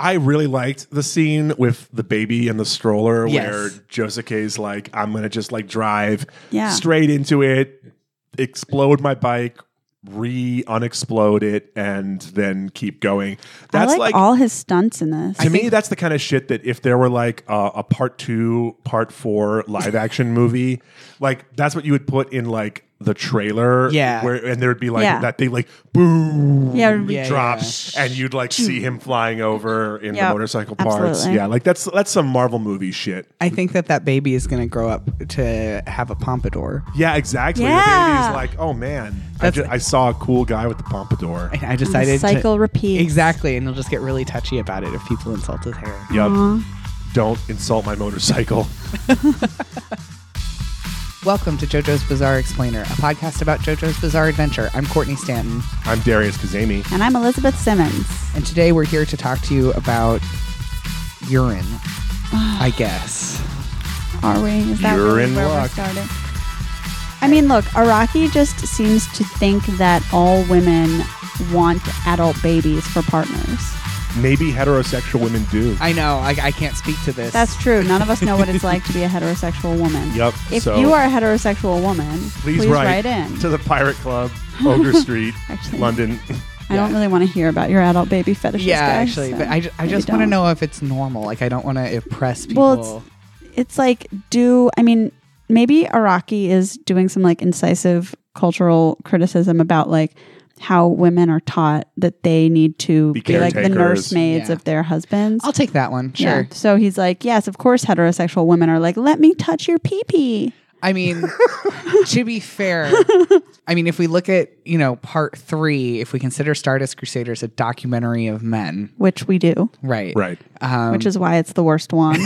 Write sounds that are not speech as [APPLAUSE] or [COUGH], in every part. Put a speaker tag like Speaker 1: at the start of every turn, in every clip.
Speaker 1: I really liked the scene with the baby and the stroller where
Speaker 2: Yes.
Speaker 1: Josuke's like, I'm gonna just like drive
Speaker 3: Yeah.
Speaker 1: straight into it, explode my bike, re unexplode it, and then keep going. That's
Speaker 3: I
Speaker 1: like,
Speaker 3: like, all his stunts in this.
Speaker 1: to me, that's the kind of shit that if there were like a, a part two, part four live
Speaker 3: [LAUGHS]
Speaker 1: action movie, like that's what you would put in like the trailer.
Speaker 2: Yeah.
Speaker 1: Where, and there would be like
Speaker 3: Yeah.
Speaker 1: that thing like boom
Speaker 3: Yeah, it would be-
Speaker 2: Yeah,
Speaker 1: drops and you'd like see him flying over in
Speaker 3: Yep.
Speaker 1: the motorcycle parts.
Speaker 3: Absolutely.
Speaker 1: Yeah. Like that's that's some Marvel movie shit.
Speaker 2: I think that that baby is going to grow up to have a pompadour.
Speaker 1: Yeah, exactly.
Speaker 3: Yeah.
Speaker 1: The baby's like, oh man, I,
Speaker 2: That's-
Speaker 1: ju- I saw a cool guy with the pompadour.
Speaker 2: And I decided
Speaker 3: cycle
Speaker 2: to,
Speaker 3: repeats.
Speaker 2: exactly, and he'll just get really touchy about it if people insult his hair.
Speaker 1: Yup. Don't insult my motorcycle. [LAUGHS]
Speaker 2: Welcome to JoJo's Bizarre Explainer, a podcast about JoJo's Bizarre Adventure. I'm Courtney Stanton,
Speaker 1: I'm Darius Kazemi.
Speaker 3: and I'm Elizabeth Simmons.
Speaker 2: and today we're here to talk to you about
Speaker 3: [SIGHS]
Speaker 2: urine. I guess.
Speaker 3: Are we? Is that
Speaker 1: You're
Speaker 3: really
Speaker 1: in
Speaker 3: where
Speaker 1: luck.
Speaker 3: we started? I mean, look, Araki just seems to think that all women want adult babies for partners.
Speaker 1: Maybe heterosexual women do.
Speaker 2: I know, I, I can't speak to this.
Speaker 3: That's true. None of us know what it's like to be a heterosexual woman.
Speaker 1: Yup,
Speaker 3: If
Speaker 1: so-
Speaker 3: you are a heterosexual woman,
Speaker 1: Please,
Speaker 3: please,
Speaker 1: write,
Speaker 3: in.
Speaker 1: to the Pirate
Speaker 3: [LAUGHS]
Speaker 1: Club, Ogre Street,
Speaker 3: Actually-
Speaker 1: London. [LAUGHS]
Speaker 3: I don't really want to hear about your adult baby fetishes.
Speaker 2: yeah,
Speaker 3: guys,
Speaker 2: actually,
Speaker 3: so
Speaker 2: but I, ju- I
Speaker 3: maybe
Speaker 2: just want to
Speaker 3: don't.
Speaker 2: know if it's normal. Like, I don't want to impress people.
Speaker 3: Well, It's like, do I mean, maybe Araki is doing some like incisive cultural criticism about like how women are taught that they need to
Speaker 1: Be
Speaker 3: be, like the
Speaker 1: caretakers.
Speaker 3: nursemaids
Speaker 2: Yeah.
Speaker 3: of their husbands.
Speaker 2: I'll take that one. Sure.
Speaker 3: Yeah. So he's like, yes, of course, heterosexual women are like, let me touch your pee pee.
Speaker 2: I
Speaker 3: [LAUGHS]
Speaker 2: mean, to be fair, I mean, if we look at, you know, part three, if we consider Stardust Crusaders a documentary of men,
Speaker 3: Which we do,
Speaker 2: right?
Speaker 1: right. Um,
Speaker 3: which is why it's the
Speaker 1: [LAUGHS]
Speaker 3: worst one.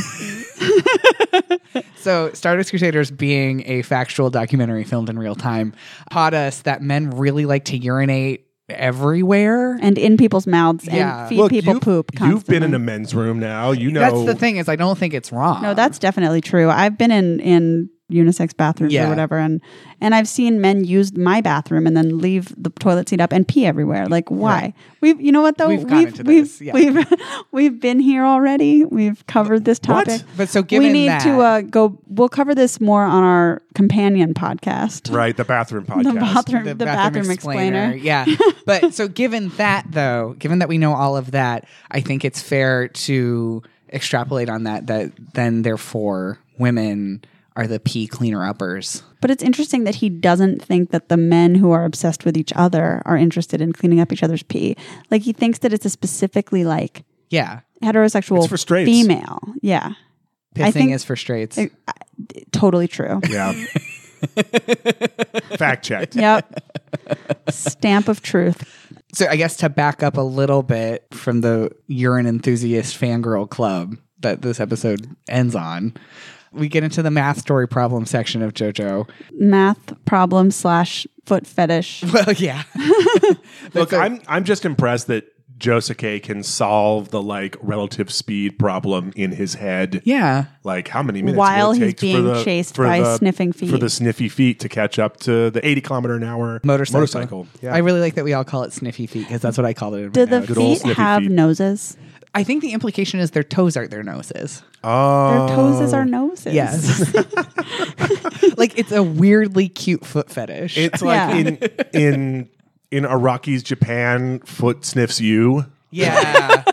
Speaker 2: So, Stardust Crusaders being a factual documentary filmed in real time taught us that men really like to urinate everywhere.
Speaker 3: and in people's mouths
Speaker 2: Yeah.
Speaker 3: and feed people
Speaker 1: you've,
Speaker 3: poop constantly.
Speaker 1: You've been in a men's room now. You know.
Speaker 2: That's the thing is, I don't think it's wrong.
Speaker 3: No, that's definitely true. I've been in in unisex bathrooms
Speaker 2: Yeah.
Speaker 3: or whatever, and and I've seen men use my bathroom and then leave the toilet seat up and pee everywhere. Like, why? We've you know what though?
Speaker 2: We've gotten
Speaker 3: we've
Speaker 2: to
Speaker 3: we've
Speaker 2: this, yeah.
Speaker 3: we've, [LAUGHS] we've been here already. We've covered this
Speaker 1: What?
Speaker 3: topic.
Speaker 2: But so
Speaker 3: we
Speaker 2: given
Speaker 3: need
Speaker 2: that-
Speaker 3: to uh, go. We'll cover this more on our companion podcast.
Speaker 1: Right. The bathroom podcast.
Speaker 3: The bathroom, the, bathroom, explainer.
Speaker 2: Yeah.
Speaker 3: [LAUGHS]
Speaker 2: but so given that though, given that we know all of that, I think it's fair to extrapolate on that that then therefore women are the pee cleaner uppers.
Speaker 3: But it's interesting that he doesn't think that the men who are obsessed with each other are interested in cleaning up each other's pee. Like he thinks that it's a specifically like
Speaker 2: Yeah.
Speaker 3: heterosexual
Speaker 1: It's for straights.
Speaker 3: female. Yeah. I
Speaker 2: Pissing
Speaker 3: think-
Speaker 2: is for straights.
Speaker 3: I- Totally true.
Speaker 1: [LAUGHS]
Speaker 3: [LAUGHS]
Speaker 1: Yeah. Fact checked.
Speaker 3: Yep. Stamp of truth.
Speaker 2: so I guess to back up a little bit from the urine enthusiast fangirl club that this episode ends on, we get into the math story problem section of JoJo. [LAUGHS]
Speaker 3: Math problem slash foot fetish.
Speaker 2: Well, yeah.
Speaker 1: Look,
Speaker 2: a-
Speaker 1: I'm I'm just impressed that Josuke can solve the like relative speed problem in his head.
Speaker 2: yeah.
Speaker 1: Like how many minutes
Speaker 3: While
Speaker 1: will it
Speaker 3: he's
Speaker 1: take
Speaker 3: being
Speaker 1: for the,
Speaker 3: chased
Speaker 1: for
Speaker 3: by
Speaker 1: the-
Speaker 3: sniffing feet.
Speaker 1: for the sniffy feet to catch up to the 80 kilometer an hour
Speaker 2: Motorcycle.
Speaker 1: motorcycle. Yeah.
Speaker 2: I really like that we all call it sniffy feet because that's what I call it. in
Speaker 3: Do
Speaker 2: my
Speaker 3: the
Speaker 2: notes.
Speaker 1: good old
Speaker 3: feet
Speaker 1: sniffy
Speaker 3: have
Speaker 1: feet.
Speaker 3: noses?
Speaker 2: I think the implication is their toes aren't their noses.
Speaker 3: Their
Speaker 1: oh,
Speaker 3: toes are noses.
Speaker 2: Yes. [LAUGHS] like it's a weirdly cute foot fetish.
Speaker 1: It's like in in in Araki's Japan, foot sniffs
Speaker 3: [LAUGHS]
Speaker 1: you. [LAUGHS]
Speaker 2: yeah.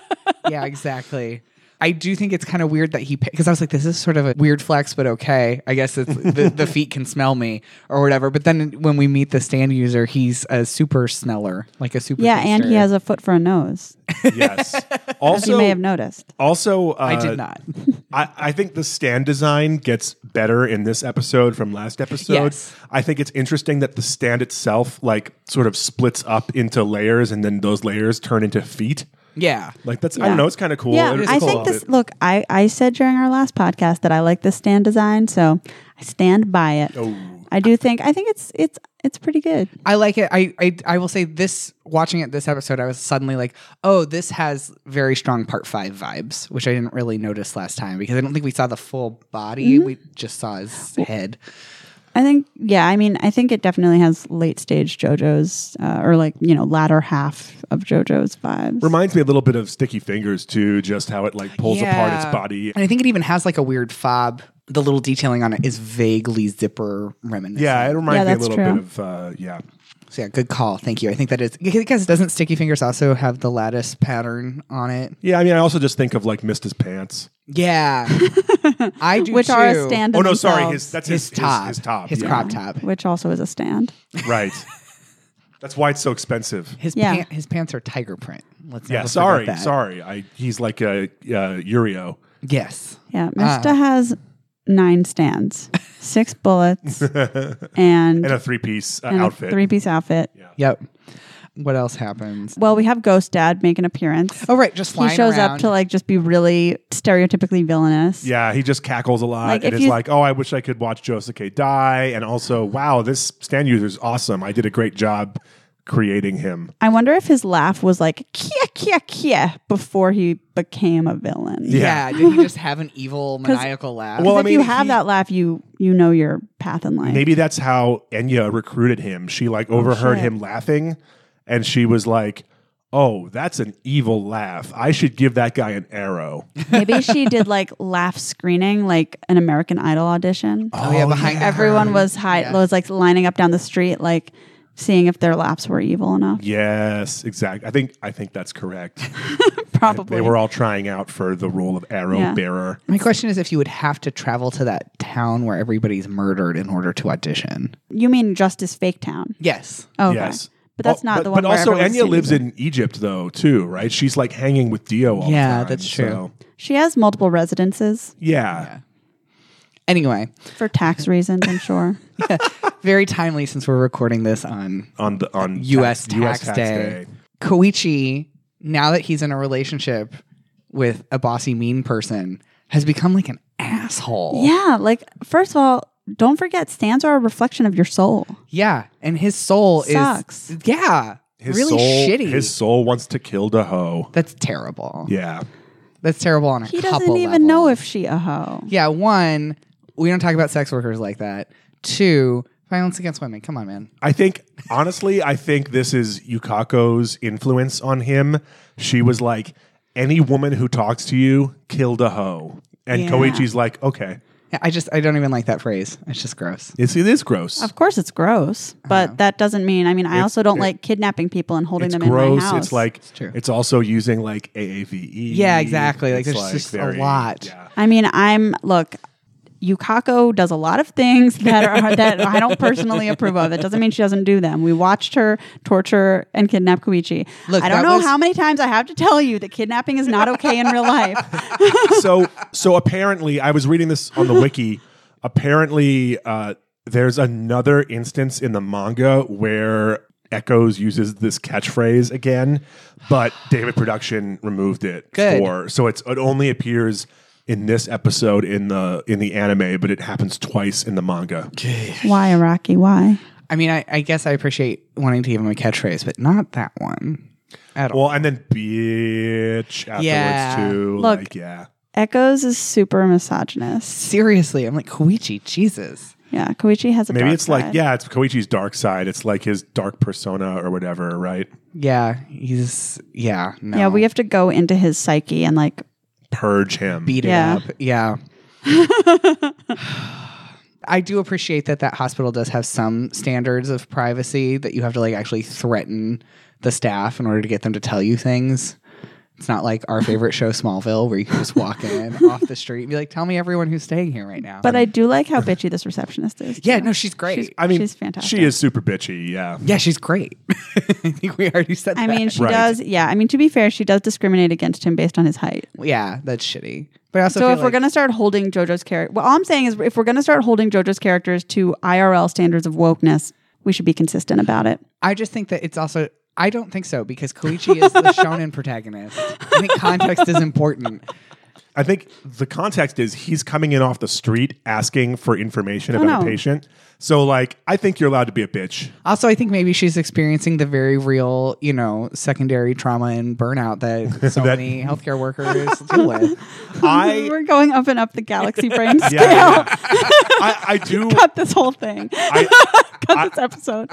Speaker 2: yeah, exactly. I do think it's kind of weird that he because I was like, this is sort of a weird flex, but okay. I guess it's, the, the feet can smell me or whatever. But then when we meet the stand user, he's a super sneller, like a super.
Speaker 3: Yeah, and he
Speaker 2: taster.
Speaker 3: has a foot for a nose.
Speaker 1: Yes. also,
Speaker 3: you may have noticed.
Speaker 1: also, uh,
Speaker 2: I did not. [LAUGHS]
Speaker 1: I, I think the stand design gets better in this episode from last episode.
Speaker 2: Yes.
Speaker 1: I think it's interesting that the stand itself, like, sort of splits up into layers, and then those layers turn into feet.
Speaker 2: Yeah.
Speaker 1: Like that's I don't know. It's kind of cool.
Speaker 3: Yeah,
Speaker 1: It's
Speaker 3: I
Speaker 1: cool.
Speaker 3: think this. Look, I I said during our last podcast that I like this stand design, so I stand by it.
Speaker 1: Oh.
Speaker 3: I do think I think it's it's it's pretty good.
Speaker 2: I like it. I, I I will say this watching it this episode, I was suddenly like, oh, this has very strong part five vibes, which I didn't really notice last time because I don't think we saw the full body. We just saw his head.
Speaker 3: I think, yeah, I mean, I think it definitely has late stage JoJo's uh, or like, you know, latter half of JoJo's vibes.
Speaker 1: Reminds me a little bit of Sticky Fingers too, just how it like pulls apart its
Speaker 2: Yeah.
Speaker 1: body.
Speaker 2: And I think it even has like a weird fob. The little detailing on it is vaguely zipper reminiscent.
Speaker 1: Yeah, it reminds
Speaker 3: Yeah,
Speaker 1: me a
Speaker 3: that's
Speaker 1: little
Speaker 3: true.
Speaker 1: bit of uh, yeah.
Speaker 2: So yeah, good call. Thank you. I think that is because doesn't Sticky Fingers also have the lattice pattern on it?
Speaker 1: Yeah, I mean, I also just think of like missed his pants.
Speaker 2: Yeah, I do.
Speaker 3: which
Speaker 2: too.
Speaker 3: are a stand.
Speaker 1: Oh
Speaker 3: in
Speaker 1: no, sorry,
Speaker 3: themselves,
Speaker 1: his that's
Speaker 2: His,
Speaker 1: his
Speaker 2: top,
Speaker 1: his, his top,
Speaker 2: his
Speaker 1: yeah.
Speaker 2: crop top,
Speaker 3: which also is a stand.
Speaker 1: right. That's why it's so expensive.
Speaker 2: his
Speaker 3: Yeah.
Speaker 2: pant, his pants are tiger print. Let's
Speaker 1: Yeah,
Speaker 2: never forget
Speaker 1: sorry,
Speaker 2: that.
Speaker 1: sorry. I he's like a uh, Urio.
Speaker 2: Yes,
Speaker 3: Yeah,
Speaker 1: Ah.
Speaker 3: Mista has
Speaker 1: [LAUGHS]
Speaker 3: nine stands, six bullets, and,
Speaker 1: in a three piece uh,
Speaker 3: and a
Speaker 1: outfit.
Speaker 3: three piece outfit.
Speaker 2: yep. What else happens?
Speaker 3: Well, we have Ghost Dad make an appearance.
Speaker 2: Oh right, just
Speaker 3: he
Speaker 2: flying
Speaker 3: shows
Speaker 2: around.
Speaker 3: up to like just be really stereotypically villainous.
Speaker 1: yeah, he just cackles a lot
Speaker 3: Like,
Speaker 1: and
Speaker 3: if
Speaker 1: is
Speaker 3: you-
Speaker 1: like, "Oh, I wish I could watch Josuke die," and also, "Wow, this stand user's awesome. I did a great job creating him."
Speaker 3: I wonder if his laugh was like kia kia kia before he became a villain.
Speaker 2: yeah. did he just have an [LAUGHS] evil maniacal laugh?
Speaker 1: Well, I
Speaker 3: if you
Speaker 1: mean,
Speaker 3: have
Speaker 1: he-
Speaker 3: that laugh, you you know your path in life.
Speaker 1: Maybe that's how Enya recruited him. She like overheard
Speaker 3: Oh, shit.
Speaker 1: him laughing and she was like, "Oh, that's an evil laugh. I should give that guy an arrow." [LAUGHS]
Speaker 3: Maybe she did like laugh screening, like an American Idol audition.
Speaker 2: oh yeah, behind
Speaker 3: Everyone was high, was like lining up down the street, like seeing if their laps were evil enough.
Speaker 1: Yes, exactly. I think I think that's correct.
Speaker 3: [LAUGHS] Probably.
Speaker 1: They were all trying out for the role of arrow
Speaker 3: Yeah.
Speaker 1: bearer.
Speaker 2: My question is if you would have to travel to that town where everybody's murdered in order to audition.
Speaker 3: you mean Justice Fake Town?
Speaker 2: Yes.
Speaker 3: Oh,
Speaker 1: Yes.
Speaker 3: But that's
Speaker 1: Oh,
Speaker 3: not
Speaker 1: but,
Speaker 3: the one.
Speaker 1: But
Speaker 3: where
Speaker 1: also,
Speaker 3: everyone's
Speaker 1: Enya lives
Speaker 3: singing.
Speaker 1: in Egypt, though, too, right? She's like hanging with Dio all
Speaker 2: Yeah,
Speaker 1: the time.
Speaker 2: that's true.
Speaker 1: so-
Speaker 3: She has multiple residences
Speaker 1: yeah.
Speaker 2: [LAUGHS] Anyway,
Speaker 3: for tax reasons.
Speaker 1: [LAUGHS]
Speaker 3: I'm sure.
Speaker 2: very timely since we're recording this on
Speaker 1: On the on
Speaker 2: US tax day. Koichi, now that he's in a relationship with a bossy mean person, has become like an asshole.
Speaker 3: yeah. Like first of all, don't forget stands are a reflection of your soul.
Speaker 2: Yeah, And his soul
Speaker 3: Sucks.
Speaker 2: is Yeah.
Speaker 1: His
Speaker 2: really
Speaker 1: soul-
Speaker 2: shitty.
Speaker 1: His soul wants to kill the hoe.
Speaker 2: That's terrible.
Speaker 1: Yeah.
Speaker 2: That's terrible on a
Speaker 3: He
Speaker 2: couple
Speaker 3: doesn't even know
Speaker 2: levels.
Speaker 3: if she a hoe.
Speaker 2: Yeah, one, we don't talk about sex workers like that. Two, violence against women. Come on, man.
Speaker 1: I think honestly, I think this is Yukako's influence on him. She was like, any woman who talks to you, kill the hoe. And
Speaker 3: Yeah.
Speaker 1: Koichi's like, okay,
Speaker 2: I just I don't even like that phrase. It's just gross.
Speaker 1: it's it is gross. Uh-huh.
Speaker 3: Of course, it's gross, but that doesn't mean. I mean, I also don't
Speaker 1: it-
Speaker 3: like kidnapping people and holding
Speaker 1: It's
Speaker 3: them in
Speaker 1: gross.
Speaker 3: my house.
Speaker 1: It's like it's,
Speaker 2: true.
Speaker 1: also using like AAVE.
Speaker 2: Yeah, exactly. Like,
Speaker 1: E. It's,
Speaker 2: there's just a lot.
Speaker 1: yeah.
Speaker 3: I mean, I'm look. Yukako does a lot of things [LAUGHS] that are that I don't personally approve of. It doesn't mean she doesn't do them. We watched her torture and kidnap Koichi.
Speaker 2: Look,
Speaker 3: I don't
Speaker 2: that
Speaker 3: know
Speaker 2: was-
Speaker 3: how many times I have to tell you that kidnapping is not okay in real life.
Speaker 1: [LAUGHS] so so apparently I was reading this
Speaker 2: [LAUGHS]
Speaker 1: on the wiki. Apparently uh, there's another instance in the manga where Echoes uses this catchphrase again, but David Production removed it
Speaker 2: Good.
Speaker 1: for so it's it only appears in this episode in the in the anime, but it happens twice in the manga.
Speaker 3: why, Iraqi? Why?
Speaker 2: I mean, I, I guess I appreciate wanting to give him a catchphrase, but not that one at all.
Speaker 1: Well, and then bitch afterwards
Speaker 2: Yeah.
Speaker 1: too.
Speaker 3: Look.
Speaker 1: like yeah.
Speaker 3: Echoes is super misogynist.
Speaker 2: Seriously, I'm like Koichi. Jesus.
Speaker 3: Yeah, Koichi has a.
Speaker 1: Maybe
Speaker 3: dark
Speaker 1: it's like
Speaker 3: side.
Speaker 1: yeah, it's Koichi's dark side. It's like his dark persona or whatever, right?
Speaker 2: Yeah, he's yeah. No.
Speaker 3: yeah. We have to go into his psyche and like
Speaker 1: Purge him.
Speaker 2: beat it
Speaker 3: Yeah.
Speaker 2: up. Yeah. [SIGHS] I do appreciate that that hospital does have some standards of privacy that you have to like actually threaten the staff in order to get them to tell you things. It's not like our favorite show Smallville where you can just walk
Speaker 3: [LAUGHS]
Speaker 2: in off the street and be like, "Tell me everyone who's staying here right now."
Speaker 3: But I do like how bitchy this receptionist is.
Speaker 2: yeah,
Speaker 3: too.
Speaker 2: no, she's great.
Speaker 3: She's-
Speaker 1: I mean,
Speaker 3: she's fantastic.
Speaker 1: She is super bitchy. Yeah,
Speaker 2: yeah, she's great. [LAUGHS] I think we already said
Speaker 3: I
Speaker 2: that.
Speaker 3: mean, she
Speaker 1: Right.
Speaker 3: does. Yeah, I mean, to be fair, she does discriminate against him based on his height.
Speaker 2: yeah, that's shitty. But I also
Speaker 3: So
Speaker 2: feel
Speaker 3: if we're
Speaker 2: like-
Speaker 3: gonna start holding JoJo's character, well, all I'm saying is if we're gonna start holding JoJo's characters to IRL standards of wokeness, we should be consistent about it.
Speaker 2: I just think that it's also. I don't think so because Koichi
Speaker 3: [LAUGHS]
Speaker 2: is the shonen protagonist. I think context is important.
Speaker 1: I think the context is he's coming in off the street asking for information about
Speaker 3: Oh, no.
Speaker 1: a patient. So like, I think you're allowed to be a
Speaker 3: [LAUGHS]
Speaker 1: bitch.
Speaker 2: Also, I think maybe she's experiencing the very real, you know, secondary trauma and burnout
Speaker 3: [LAUGHS]
Speaker 2: that so
Speaker 1: That-
Speaker 2: many healthcare workers deal with.
Speaker 1: I
Speaker 3: We're going up and up the
Speaker 1: [LAUGHS]
Speaker 3: galaxy brain
Speaker 1: yeah,
Speaker 3: scale.
Speaker 1: yeah. I, I do.
Speaker 3: [LAUGHS] Cut this whole thing. [LAUGHS]
Speaker 1: I,
Speaker 3: Cut
Speaker 1: [LAUGHS]
Speaker 3: this episode.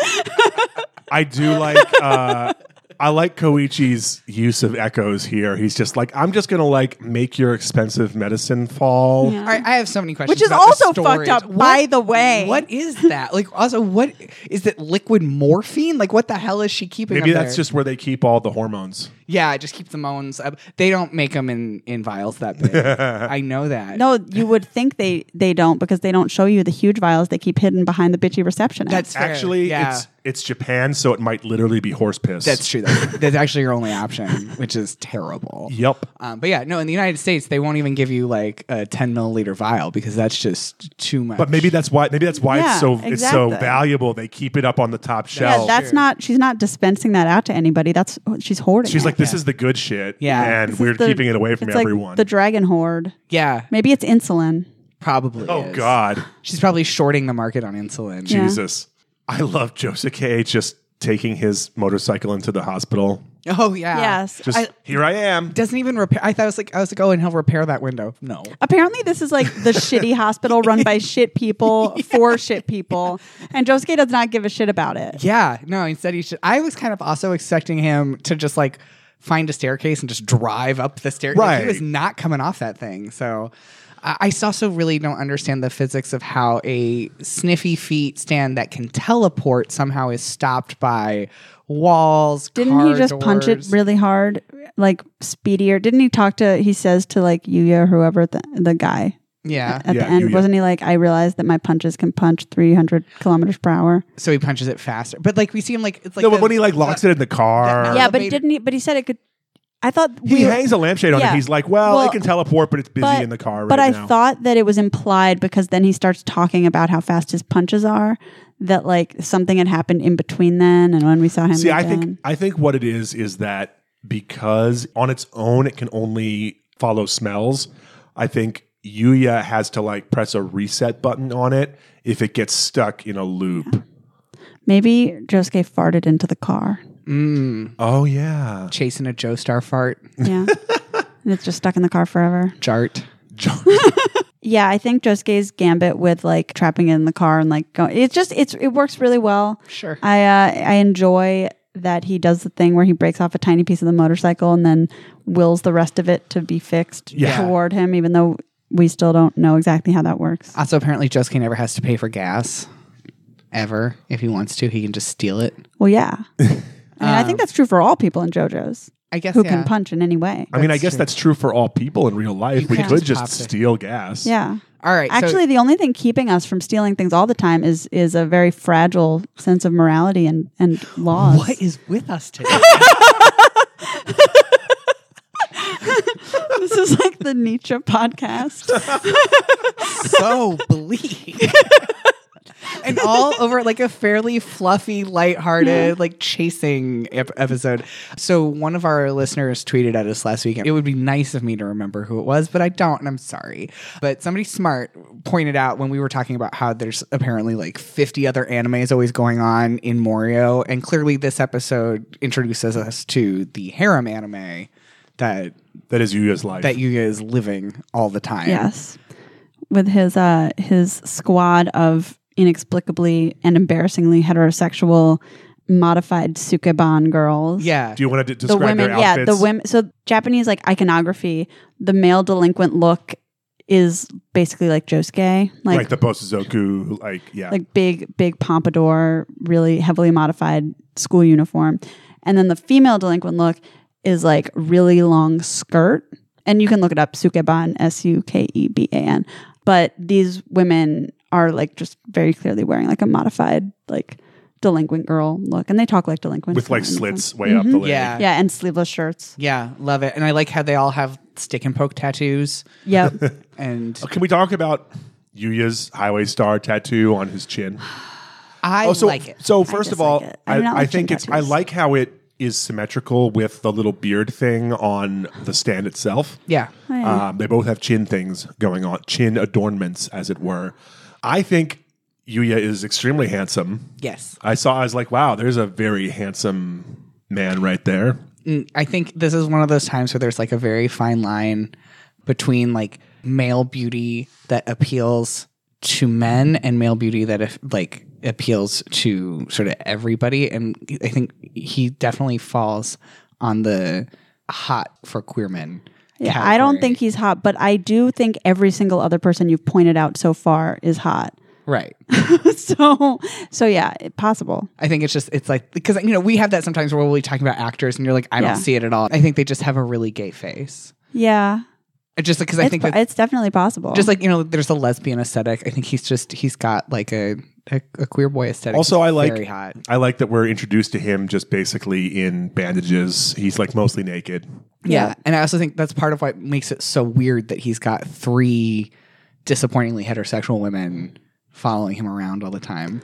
Speaker 1: I do like uh I like Koichi's use of echoes here. He's just like, I'm just gonna like make your expensive medicine fall.
Speaker 2: All right, I have so many questions.
Speaker 3: Which is
Speaker 2: about the
Speaker 3: also
Speaker 2: storage.
Speaker 3: fucked up,
Speaker 2: What-
Speaker 3: by the way.
Speaker 2: What is that? Like, also, what is it? Liquid morphine? Like, what the hell is she keeping?
Speaker 1: Maybe
Speaker 2: up
Speaker 1: that's
Speaker 2: there?
Speaker 1: just where they keep all the hormones.
Speaker 2: yeah. I Just keep the moans up. They don't make them in in vials that
Speaker 3: [LAUGHS]
Speaker 2: big. I know that.
Speaker 3: No, you would think they they don't because they don't show you the huge vials they keep hidden behind the bitchy receptionist.
Speaker 2: that's fair.
Speaker 1: Actually,
Speaker 2: yeah.
Speaker 1: it's it's Japan, so it might literally be horse piss.
Speaker 2: that's true. That's, [LAUGHS] that's actually your only option, which is terrible.
Speaker 1: Yep.
Speaker 2: Um, but yeah, no, in the United States, they won't even give you like a 10 milliliter vial because that's just too much.
Speaker 1: But maybe that's why maybe that's why
Speaker 3: Yeah,
Speaker 1: it's so it's so
Speaker 3: exactly.
Speaker 1: valuable. They keep it up on the top
Speaker 3: yeah,
Speaker 1: shelf.
Speaker 3: that's not. She's not dispensing that out to anybody. That's she's hoarding.
Speaker 1: She's
Speaker 3: it.
Speaker 1: like, this is the good shit.
Speaker 2: Yeah.
Speaker 1: And
Speaker 3: This is
Speaker 1: we're
Speaker 3: the-
Speaker 1: keeping it away from
Speaker 3: it's like
Speaker 1: everyone.
Speaker 3: the dragon horde.
Speaker 2: yeah,
Speaker 3: Maybe it's insulin.
Speaker 2: probably.
Speaker 1: oh
Speaker 2: is.
Speaker 1: God.
Speaker 2: She's probably shorting the market on insulin.
Speaker 3: Yeah.
Speaker 1: Jesus. I love Josuke just taking his motorcycle into the hospital.
Speaker 2: Oh, yeah.
Speaker 3: Yes.
Speaker 1: Just
Speaker 3: I-
Speaker 1: here I am.
Speaker 2: Doesn't even repair. I thought it was like, I was like, oh, and he'll repair that window. No.
Speaker 3: Apparently, this is like the [LAUGHS] shitty hospital run by shit [LAUGHS] people for shit people, and Josuke does not give a shit about it.
Speaker 2: Yeah. No, instead, he should. I was kind of also expecting him to just like find a staircase and just drive up the staircase. Like, he
Speaker 1: Right.
Speaker 2: was not coming off that thing. So. I I also really don't understand the physics of how a sniffy feet stand that can teleport somehow is stopped by walls.
Speaker 3: Didn't
Speaker 2: car
Speaker 3: he just punch it
Speaker 2: doors.
Speaker 3: really hard, like speedier? Didn't he talk to? He says to like Yuya or whoever the, the guy
Speaker 2: yeah.
Speaker 3: at
Speaker 1: Yeah,
Speaker 3: the end.
Speaker 1: Yuya.
Speaker 3: Wasn't he like? I realized that my punches can punch three hundred kilometers per hour.
Speaker 2: So he punches it faster. But like we see him like it's like
Speaker 1: no,
Speaker 2: the-
Speaker 1: but when he like locks it in the car,
Speaker 2: Or
Speaker 3: Yeah, but he
Speaker 2: elevator.
Speaker 3: didn't. He, but he said it could. I thought
Speaker 1: he
Speaker 3: we.
Speaker 1: hangs a lampshade on
Speaker 3: Yeah.
Speaker 1: it. He's like, well,
Speaker 3: Well,
Speaker 1: it can teleport, but it's busy
Speaker 3: but-
Speaker 1: in the car right
Speaker 3: but I
Speaker 1: now.
Speaker 3: thought that it was implied because then he starts talking about how fast his punches are. That like something had happened in between then and when we saw him.
Speaker 1: See, I
Speaker 3: again.
Speaker 1: think I think what it is is that because on its own it can only follow smells. I think Yuya has to like press a reset button on it if it gets stuck in a loop.
Speaker 3: maybe Josuke farted into the car.
Speaker 2: Mm,
Speaker 1: Oh yeah,
Speaker 2: chasing a Joe Star fart
Speaker 3: Yeah,
Speaker 1: [LAUGHS]
Speaker 3: and it's just stuck in the car forever.
Speaker 2: jart.
Speaker 3: Yeah, I think Josuke's gambit with like trapping it in the car and like going, it's just it's it works really well.
Speaker 2: Sure.
Speaker 3: I uh, I enjoy that he does the thing where he breaks off a tiny piece of the motorcycle and then wills the rest of it to be fixed
Speaker 1: Yeah.
Speaker 3: toward him, even though we still don't know exactly how that works.
Speaker 2: Also, apparently, Josuke never has to pay for gas ever. If he wants to, he can just steal it. [LAUGHS]
Speaker 3: Well, yeah, I, mean, I think that's true for all people in JoJo's
Speaker 2: Um, I guess
Speaker 3: who
Speaker 2: yeah.
Speaker 3: can punch in any way.
Speaker 1: I mean, I
Speaker 2: That's
Speaker 1: guess
Speaker 2: true.
Speaker 1: that's true for all people in real life. we
Speaker 2: can't
Speaker 1: could
Speaker 2: just
Speaker 1: just
Speaker 2: pop it.
Speaker 1: steal gas.
Speaker 3: Yeah,
Speaker 2: All right. so-
Speaker 3: actually, the only thing keeping us from stealing things all the time is is a very fragile sense of morality and and
Speaker 2: [LAUGHS]
Speaker 3: laws.
Speaker 2: what is with us [LAUGHS] today?
Speaker 3: This is like the Nietzsche podcast.
Speaker 2: so bleak. [LAUGHS] and all over like a fairly fluffy, lighthearted, like chasing ep- episode. So one of our listeners tweeted at us last weekend. It would be nice of me to remember who it was, but I don't, and I'm sorry. But somebody smart pointed out when we were talking about how there's apparently like 50 other animes always going on in Morio, and clearly this episode introduces us to the harem anime that
Speaker 1: That is Yuya's life.
Speaker 2: that Yuya is living all the time.
Speaker 3: [LAUGHS] Yes. With his uh his squad of inexplicably and embarrassingly heterosexual modified sukeban girls.
Speaker 2: Yeah.
Speaker 1: Do you want to d-
Speaker 3: The
Speaker 1: describe
Speaker 3: women,
Speaker 1: their
Speaker 3: yeah,
Speaker 1: outfits?
Speaker 3: the women. So Japanese like iconography, the male delinquent look is basically like Josuke,
Speaker 1: like,
Speaker 3: like
Speaker 1: the Bosuzoku, like yeah,
Speaker 3: like big big pompadour, really heavily modified school uniform. And then the female delinquent look is like really long skirt. And you can look it up, Sukeban, S U K E B A N. But these women are like just very clearly wearing like a modified, like delinquent girl look. And they talk like delinquent.
Speaker 1: with like slits way up the leg.
Speaker 2: Yeah.
Speaker 3: Mm-hmm. Yeah, and sleeveless shirts.
Speaker 2: Yeah, love it. And I like how they all have stick and poke tattoos.
Speaker 1: [LAUGHS]
Speaker 3: Yep.
Speaker 2: And
Speaker 1: Can we talk about Yuya's highway star tattoo on his chin?
Speaker 2: I
Speaker 1: Oh, so,
Speaker 2: like it.
Speaker 1: So first of all,
Speaker 3: dislike it. I
Speaker 1: I,
Speaker 3: do not
Speaker 1: I,
Speaker 3: like chin
Speaker 1: think it's I
Speaker 3: tattoos.
Speaker 1: like how it is symmetrical with the little beard thing on the stand itself.
Speaker 2: Yeah.
Speaker 1: Um, they both have chin things going on, chin adornments, as it were. I think Yuya is extremely handsome.
Speaker 2: Yes.
Speaker 1: I saw, I was like, wow, there's a very handsome man right there.
Speaker 2: Mm, I think this is one of those times where there's like a very fine line between like male beauty that appeals to men and male beauty that if, like appeals to sort of everybody and I think he definitely falls on the hot for queer men.
Speaker 3: Yeah, I don't
Speaker 2: category.
Speaker 3: think he's hot, but I do think every single other person you've pointed out so far is hot. [LAUGHS]
Speaker 2: right.
Speaker 3: so, so yeah, it- possible.
Speaker 2: I think it's just it's like because you know we have that sometimes where we'll be talking about actors and you're like I
Speaker 3: Yeah.
Speaker 2: don't see it at all. I think they just have a really gay face.
Speaker 3: Yeah,
Speaker 2: It's Just because I
Speaker 3: it's,
Speaker 2: think
Speaker 3: po-
Speaker 2: that
Speaker 3: it's definitely possible.
Speaker 2: just like you know there's a lesbian aesthetic. I think he's just he's got like a a, a queer boy aesthetic.
Speaker 1: Also, I like-
Speaker 2: very hot.
Speaker 1: I like that we're introduced to him just basically in bandages. He's like mostly naked.
Speaker 2: Yeah. and I also think that's part of what makes it so weird that he's got three disappointingly heterosexual women following him around all the time.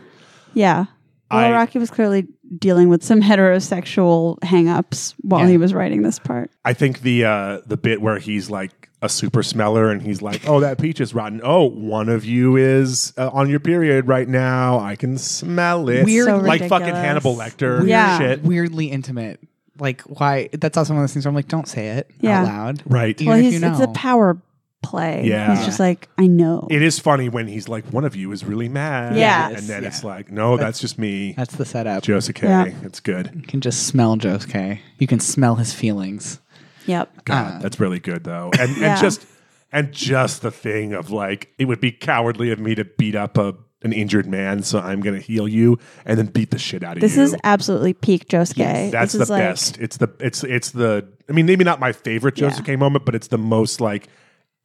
Speaker 3: yeah. Well,
Speaker 1: I-
Speaker 3: Rocky was clearly dealing with some heterosexual hangups while
Speaker 2: Yeah.
Speaker 3: he was writing this part.
Speaker 1: I think the uh, the bit where he's like a super smeller and he's like, "Oh, that peach is rotten. Oh, one of you is uh, on your period right now. I can smell it."
Speaker 2: Weird. So
Speaker 1: like fucking
Speaker 3: ridiculous.
Speaker 1: Hannibal Lecter.
Speaker 3: Weird Yeah.
Speaker 1: shit.
Speaker 2: Uh, weirdly intimate. Like why? That's also one of those things where I'm like, don't say it
Speaker 3: Yeah.
Speaker 2: out loud.
Speaker 1: Right.
Speaker 2: Even
Speaker 3: Well,
Speaker 2: if
Speaker 3: he's
Speaker 2: you know.
Speaker 3: it's a power play.
Speaker 1: Yeah.
Speaker 3: he's just like I know.
Speaker 1: It is funny when he's like, "One of you is really mad."
Speaker 3: Yeah.
Speaker 1: and then
Speaker 2: Yeah.
Speaker 1: it's like, "No, that's just me,
Speaker 2: That's the setup.
Speaker 1: Joseph K.
Speaker 3: Yeah.
Speaker 1: It's good.
Speaker 2: You can just smell Josuke. You can smell his feelings.
Speaker 3: yep.
Speaker 1: God, that's really good though." And
Speaker 3: Yeah.
Speaker 1: and just and just the thing of like, it would be cowardly of me to beat up a an injured man, so I'm gonna heal you and then beat the shit out of
Speaker 3: This
Speaker 1: you.
Speaker 3: is absolutely peak Josuke.
Speaker 1: That's
Speaker 3: this
Speaker 1: the
Speaker 3: is like,
Speaker 1: best. It's the it's it's the I mean maybe not my favorite
Speaker 3: Yeah.
Speaker 1: Joseph K moment, but it's the most like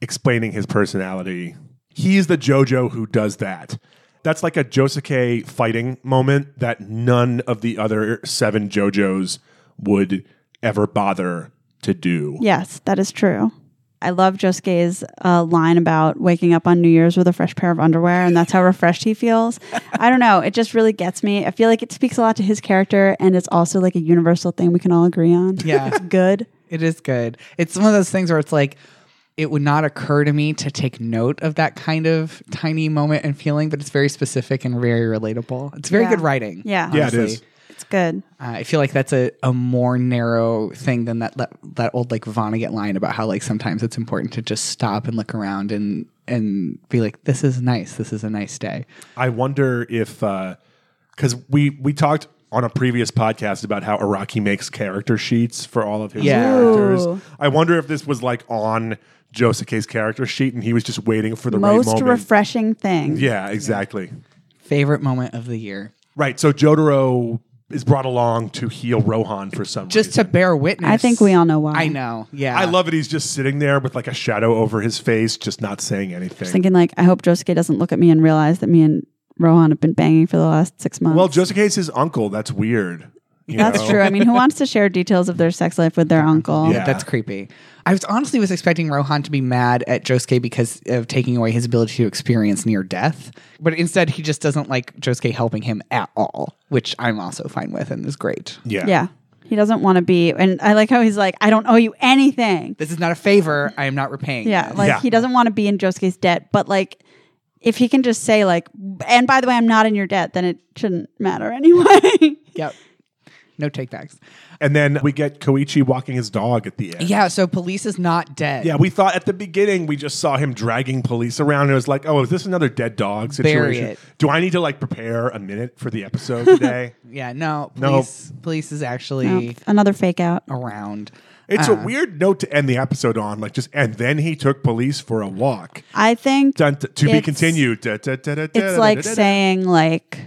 Speaker 1: explaining his personality. He's the JoJo who does that. That's like a Josuke fighting moment that none of the other seven JoJos would ever bother to do.
Speaker 3: Yes, that is true. I love Josuke's uh, line about waking up on New Year's with a fresh pair of underwear, and that's how refreshed he feels. I don't know. It just really gets me. I feel like it speaks a lot to his character, and it's also like a universal thing we can all agree on.
Speaker 2: Yeah.
Speaker 3: [LAUGHS] It's good.
Speaker 2: It is good. It's one of those things where it's like, it would not occur to me to take note of that kind of tiny moment and feeling, but it's very specific and very relatable. It's very
Speaker 3: Yeah.
Speaker 2: good writing.
Speaker 3: Yeah.
Speaker 1: Yeah, it is.
Speaker 3: It's good.
Speaker 2: Uh, I feel like that's a, a more narrow thing than that, that that old like Vonnegut line about how like sometimes it's important to just stop and look around and and be like, this is nice. This is a nice day.
Speaker 1: I wonder if because we we talked on a previous podcast about how Iraqi makes character sheets for all of his
Speaker 2: Yeah.
Speaker 1: characters.
Speaker 3: Ooh.
Speaker 1: I wonder if this was like on Josuke's character sheet and he was just waiting for the right
Speaker 3: Most
Speaker 1: moment.
Speaker 3: refreshing thing.
Speaker 1: yeah, exactly.
Speaker 2: Favorite moment of the year.
Speaker 1: Right. So Jotaro is brought along to heal Rohan for some
Speaker 2: Just
Speaker 1: reason.
Speaker 2: to bear witness.
Speaker 3: I think we all know why.
Speaker 2: I know. Yeah.
Speaker 1: I love it. He's just sitting there with like a shadow over his face, just not saying anything.
Speaker 3: Thinking like, I hope Josuke doesn't look at me and realize that me and Rohan have been banging for the last six months.
Speaker 1: well, Josuke's his uncle. That's weird. you
Speaker 3: that's
Speaker 1: know?
Speaker 3: true. I mean, who wants to share details of their sex life with their uncle?
Speaker 1: Yeah.
Speaker 2: That's creepy. I was honestly was expecting Rohan to be mad at Josuke because of taking away his ability to experience near death, but instead he just doesn't like Josuke helping him at all, which I'm also fine with and is great.
Speaker 1: Yeah.
Speaker 3: Yeah. He doesn't want to be. And I like how he's like, I don't owe you anything.
Speaker 2: This is not a favor. I am not repaying.
Speaker 3: Yeah.
Speaker 2: this.
Speaker 3: Like
Speaker 1: Yeah.
Speaker 3: he doesn't want to be in Josuke's debt. But like, if he can just say, like, and by the way, I'm not in your debt, then it shouldn't matter [LAUGHS] anyway.
Speaker 2: yep. No take backs.
Speaker 1: And then we get Koichi walking his dog at the end.
Speaker 2: Yeah. So police is not dead.
Speaker 1: Yeah, we thought at the beginning we just saw him dragging police around. And it was like, oh, is this another dead dog
Speaker 2: Bury
Speaker 1: situation?
Speaker 2: it.
Speaker 1: Do I need to like prepare a minute for the episode
Speaker 3: [LAUGHS]
Speaker 1: today?
Speaker 2: Yeah. No.
Speaker 1: No.
Speaker 2: Police. Police is actually
Speaker 3: Another fake out.
Speaker 2: around.
Speaker 1: it's
Speaker 3: Uh-huh.
Speaker 1: a weird note to end the episode on. Like just and then he took police for a walk.
Speaker 3: I think
Speaker 1: Dun, to be
Speaker 3: It's-
Speaker 1: continued. Da, da, da, da,
Speaker 3: it's
Speaker 1: da,
Speaker 3: like
Speaker 1: da, da, da.
Speaker 3: saying, like,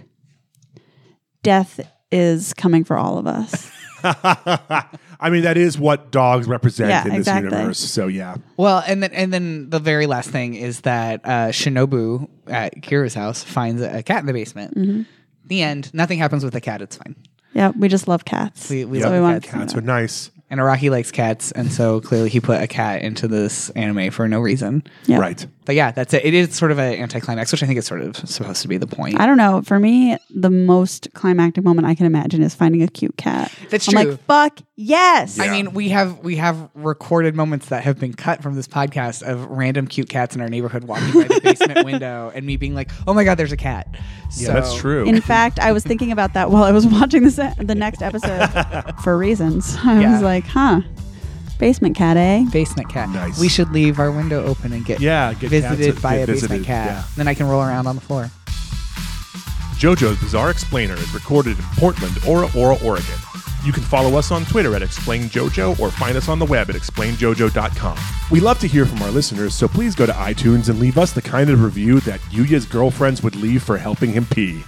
Speaker 3: death is coming for all
Speaker 1: [LAUGHS]
Speaker 3: of us.
Speaker 1: I mean, that is what dogs represent
Speaker 3: Yeah,
Speaker 1: in this
Speaker 3: exactly.
Speaker 1: universe. So yeah,
Speaker 2: Well, and then and then the very last thing is that uh, Shinobu at Kira's house finds a cat in the basement. The end. Nothing happens with the cat. It's fine.
Speaker 3: yeah. We just love cats.
Speaker 2: We- we
Speaker 3: So
Speaker 2: love
Speaker 3: wanted
Speaker 2: cats.
Speaker 3: to know.
Speaker 1: cats are nice.
Speaker 2: And Araki likes cats, and so clearly he put a cat into this anime for no reason.
Speaker 3: Yeah.
Speaker 1: Right.
Speaker 2: But yeah, that's it. It is sort of an anticlimax, which I think is sort of supposed to be the point.
Speaker 3: I don't know. For me, the most climactic moment I can imagine is finding a cute cat.
Speaker 2: That's
Speaker 3: I'm
Speaker 2: true.
Speaker 3: like, fuck yes.
Speaker 1: Yeah.
Speaker 2: I mean, we have we have recorded moments that have been cut from this podcast of random cute cats in our neighborhood walking by the [LAUGHS] basement window, and me being like, "Oh my god, there's a cat."
Speaker 1: Yeah,
Speaker 2: So-
Speaker 1: that's true.
Speaker 3: In fact, I was thinking about that while I was [LAUGHS] watching this e, the next episode for reasons. I
Speaker 2: Yeah.
Speaker 3: was like, huh, basement cat, eh?
Speaker 2: Basement cat.
Speaker 1: Nice.
Speaker 2: We should leave our window open and get
Speaker 1: yeah, get cats
Speaker 2: visited
Speaker 1: that
Speaker 2: by
Speaker 1: get
Speaker 2: a basement
Speaker 1: visited,
Speaker 2: cat.
Speaker 1: yeah.
Speaker 2: Then I can roll around on the floor.
Speaker 1: JoJo's Bizarre Explainer is recorded in Portland, Ora Ora, Oregon. You can follow us on Twitter at ExplainJojo or find us on the web at explainjojo.com. We love to hear from our listeners, so please go to iTunes and leave us the kind of review that Yuya's girlfriends would leave for helping him pee.